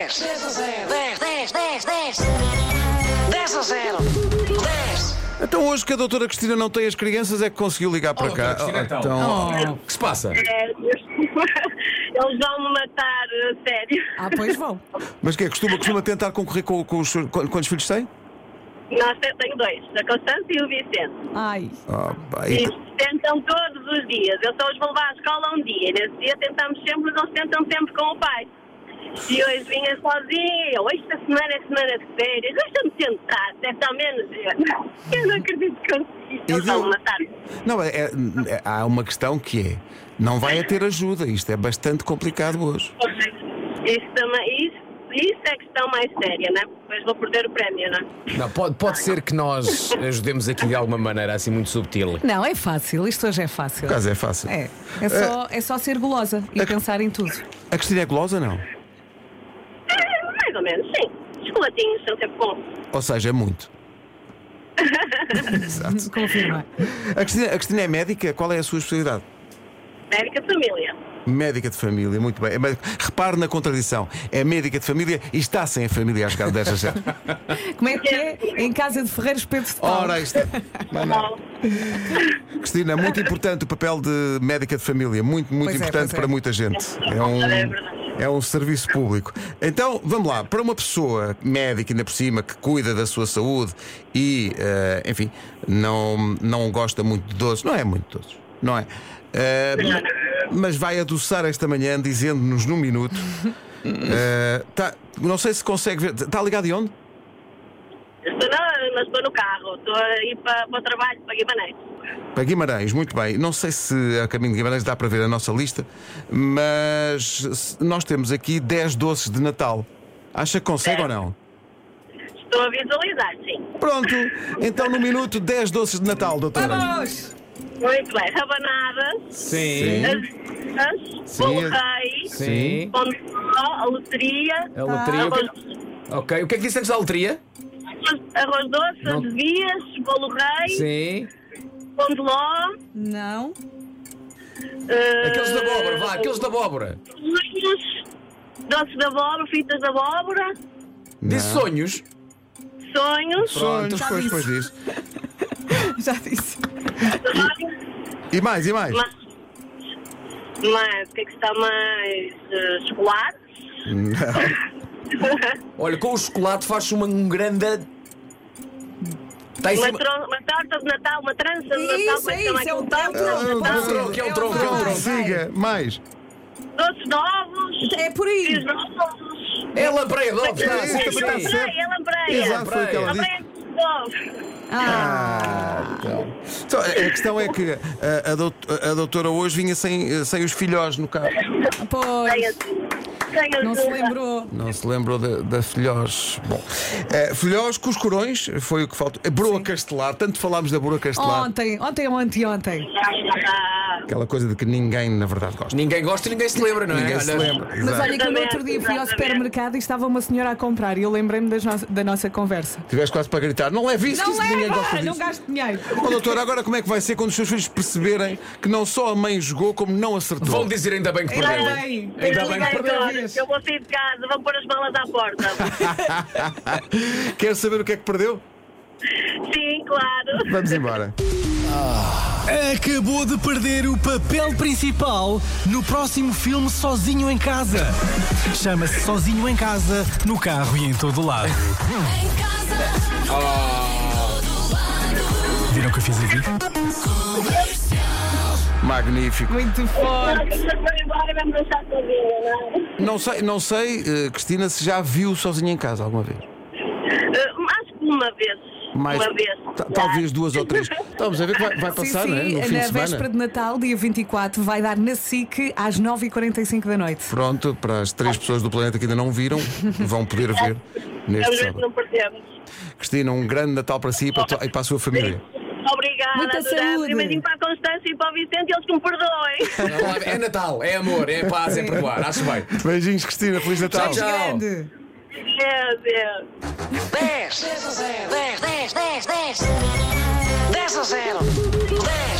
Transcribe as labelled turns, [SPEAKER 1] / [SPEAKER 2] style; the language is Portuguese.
[SPEAKER 1] 10 a 0. 10, 10, 10, 10. 10 a 0. 10.
[SPEAKER 2] Então hoje que a doutora Cristina não tem as crianças é que conseguiu ligar para cá.
[SPEAKER 3] Cristina, então.
[SPEAKER 4] Oh,
[SPEAKER 3] O que se passa?
[SPEAKER 5] É, eles vão me matar, a sério.
[SPEAKER 4] ah, pois vão.
[SPEAKER 2] Mas que é? Costuma, costuma tentar concorrer com, com os seus. Quantos filhos tem?
[SPEAKER 5] Nós eu tenho dois, a Constância e o Vicente.
[SPEAKER 4] Ai,
[SPEAKER 2] Ah, pá, e-
[SPEAKER 5] E tentam todos os dias. Eu só os vou levar à escola um dia. E nesse dia tentamos sempre, mas eles tentam sempre com o pai. E hoje vinha sozinha, eu, esta semana é semana de férias, deixa-me tentar, até ao é menos eu. Eu não acredito que consegui,
[SPEAKER 2] E
[SPEAKER 5] eles vão
[SPEAKER 2] deu-
[SPEAKER 5] me matar.
[SPEAKER 2] Não, é, é- é- há uma questão que é: não vai a ter ajuda. Isto é bastante complicado hoje.
[SPEAKER 5] Isso, também, isso, isso é a questão mais séria, né? Depois vou perder o prémio, não é?
[SPEAKER 3] Não, pode, pode ser que nós ajudemos aqui de alguma maneira, assim muito subtil.
[SPEAKER 4] não, é fácil, isto hoje é fácil.
[SPEAKER 2] O caso é fácil.
[SPEAKER 4] É, é só, é só ser golosa e pensar em tudo.
[SPEAKER 2] A Cristina é gulosa, não?
[SPEAKER 5] É, mais ou menos, sim. Chocolatinhos são sempre bons.
[SPEAKER 2] Ou seja, é muito.
[SPEAKER 4] Confirma.
[SPEAKER 2] A Cristina, a Cristina é médica? Qual é a sua especialidade?
[SPEAKER 5] Médica Família.
[SPEAKER 2] Médica de família, muito bem. É médica- Repare na contradição. É médica de família e está sem a família a chegar 10 a 0.
[SPEAKER 4] Como é que é? Em casa de Ferreiros Pedro de Paulo.
[SPEAKER 2] Ora, então. é- aí está. Mas não. Cristina, é muito importante o papel de médica de família, muito, muito
[SPEAKER 4] Pois é,
[SPEAKER 2] importante
[SPEAKER 4] pois é.
[SPEAKER 2] para muita gente. É um,
[SPEAKER 5] É verdade.
[SPEAKER 2] é um serviço público. Então, vamos lá, para uma pessoa médica, ainda por cima, que cuida da sua saúde e, eh, enfim, não, não gosta muito de doces, não é muito doces, não é? Eh, ma- mas vai adoçar esta manhã dizendo-nos num minuto. eh, tá- não sei se consegue ver. Está ligado de onde?
[SPEAKER 5] Estou na, mas estou no carro, estou a ir para, para o trabalho, para Guimarães.
[SPEAKER 2] Para Guimarães, muito bem. Não sei se a caminho de Guimarães dá para ver a nossa lista, mas se- nós temos aqui 10 doces de Natal. Acha que consegue ou não?
[SPEAKER 5] Estou a visualizar, sim.
[SPEAKER 2] Pronto, então no minuto 10 doces de Natal, doutora.
[SPEAKER 4] Vamos!
[SPEAKER 5] Muito bem. Rabanadas,
[SPEAKER 3] Sim.
[SPEAKER 5] as
[SPEAKER 2] Sim.
[SPEAKER 5] bolo rei,
[SPEAKER 3] Sim.
[SPEAKER 5] pão de só, a loteria,
[SPEAKER 3] A loteria. o
[SPEAKER 5] arroz,
[SPEAKER 3] que- Ok. O que é que disse antes da loteria?
[SPEAKER 5] arroz doce,
[SPEAKER 3] Não.
[SPEAKER 5] desvias, bolo rei,
[SPEAKER 3] Sim.
[SPEAKER 5] pão de ló,
[SPEAKER 4] Não.
[SPEAKER 5] eh,
[SPEAKER 3] Aqueles da abóbora, vá, aqueles da abóbora.
[SPEAKER 5] sonhos, doces de abóbora, fitas de abóbora,
[SPEAKER 3] Disse sonhos.
[SPEAKER 5] sonhos,
[SPEAKER 2] Pronto,
[SPEAKER 3] Já
[SPEAKER 2] depois,
[SPEAKER 4] disse.
[SPEAKER 2] depois disso.
[SPEAKER 4] Já disse.
[SPEAKER 5] sonhos,
[SPEAKER 2] E mais, e mais?
[SPEAKER 5] mas, mas o que é que está mais? eh, chocolates?
[SPEAKER 3] Olha, com o chocolate faz-se uma, um grande. Está em
[SPEAKER 5] Uma,
[SPEAKER 3] cima.
[SPEAKER 5] tron- uma torta de Natal, uma trança de Natal,
[SPEAKER 4] Isso, é
[SPEAKER 5] mas também
[SPEAKER 4] isso, é
[SPEAKER 5] com
[SPEAKER 4] um tronco.
[SPEAKER 5] pão,
[SPEAKER 2] é um
[SPEAKER 3] tronco, é um tronco, é um tronco.
[SPEAKER 2] Siga, mais.
[SPEAKER 5] doces de ovos,
[SPEAKER 4] É por aí.
[SPEAKER 5] fios de ovos.
[SPEAKER 3] É lampreia de ovos,
[SPEAKER 2] É,
[SPEAKER 3] está
[SPEAKER 2] isso também
[SPEAKER 3] sim,
[SPEAKER 2] está
[SPEAKER 3] sim.
[SPEAKER 2] certo.
[SPEAKER 5] Lambreia, lambreia.
[SPEAKER 2] Exato, foi o que ela disse.
[SPEAKER 5] Lambreia de ovos.
[SPEAKER 4] Ah,
[SPEAKER 2] Então, a questão é que a, a dout- a doutora hoje vinha sem, sem os filhós no carro.
[SPEAKER 4] pois. Não se lembrou.
[SPEAKER 2] Não se lembrou da, da Filhós. Bom, eh, Filhós com os corões foi o que faltou. A Broa Castelar, tanto falámos da Broa Castelar.
[SPEAKER 4] Ontem, ontem ou anteontem.
[SPEAKER 5] Ah,
[SPEAKER 2] Aquela coisa de que ninguém, na verdade, gosta.
[SPEAKER 3] Ninguém gosta e ninguém se lembra, não é?
[SPEAKER 2] Ninguém se
[SPEAKER 3] Olha,
[SPEAKER 2] lembra.
[SPEAKER 4] Mas
[SPEAKER 2] Exato.
[SPEAKER 4] olha que eu no outro dia fui ao
[SPEAKER 5] Exatamente.
[SPEAKER 4] supermercado e estava uma senhora a comprar e eu lembrei-me das no- da nossa conversa.
[SPEAKER 2] Tiveste quase para gritar: não leve isso, que
[SPEAKER 4] Não
[SPEAKER 2] isso ninguém gosta
[SPEAKER 4] leva! Não
[SPEAKER 2] disso.
[SPEAKER 4] gasto dinheiro.
[SPEAKER 2] Ó, doutora, agora como é que vai ser quando os seus filhos perceberem que não só a mãe jogou, como não acertou?
[SPEAKER 3] Vão dizer ainda bem que
[SPEAKER 4] Ainda
[SPEAKER 3] perdeu.
[SPEAKER 4] bem.
[SPEAKER 3] Ainda
[SPEAKER 5] eu
[SPEAKER 3] bem que
[SPEAKER 5] liguei
[SPEAKER 3] perdeu.
[SPEAKER 5] agora,
[SPEAKER 4] vez.
[SPEAKER 5] Eu vou sair de casa, vou pôr as malas à porta.
[SPEAKER 2] Quer saber o que é que perdeu?
[SPEAKER 5] Sim, claro.
[SPEAKER 2] Vamos embora.
[SPEAKER 6] Acabou de perder o papel principal no próximo filme Sozinho em Casa. Chama-se Sozinho em Casa, no carro e em todo lado.
[SPEAKER 7] Em casa, no carro, em todo lado.
[SPEAKER 6] Viram o que eu fiz aqui?
[SPEAKER 7] Comercial.
[SPEAKER 2] Magnífico.
[SPEAKER 4] Muito forte.
[SPEAKER 5] Vamos embora, vamos deixar sozinha, não é?
[SPEAKER 2] Não sei, não sei eh, Cristina, se já viu sozinha em casa alguma vez.
[SPEAKER 5] Ah, Acho que uma vez.
[SPEAKER 2] Mais-
[SPEAKER 5] Uma vez.
[SPEAKER 2] ta- Talvez duas ou três. Estamos a ver que vai, vai passar,
[SPEAKER 4] sim,
[SPEAKER 2] não é?
[SPEAKER 4] sim,
[SPEAKER 2] No fim de
[SPEAKER 4] na
[SPEAKER 2] semana.
[SPEAKER 4] véspera de Natal, dia 24, vai dar na SIC às 9h45 da noite.
[SPEAKER 2] Pronto, para as três pessoas do planeta que ainda não viram, vão poder ver neste
[SPEAKER 5] Vamos ver se
[SPEAKER 2] sábado.
[SPEAKER 5] não perdemos.
[SPEAKER 2] Cristina, um grande Natal para si e para, a tua- e para a sua família.
[SPEAKER 5] Obrigada,
[SPEAKER 4] Muita
[SPEAKER 5] Durante.
[SPEAKER 4] saúde.
[SPEAKER 5] Um beijinho para a Constância e para o Vicente, eles que me perdoem.
[SPEAKER 3] É Natal, é amor, é paz, é perdoar. Acho bem.
[SPEAKER 2] Beijinhos, Cristina, Feliz Natal.
[SPEAKER 3] Tchau.
[SPEAKER 4] Grande!
[SPEAKER 5] Meu Deus.
[SPEAKER 1] 10 a 0. 10, 10, 10, 10. 10 a 0. 10.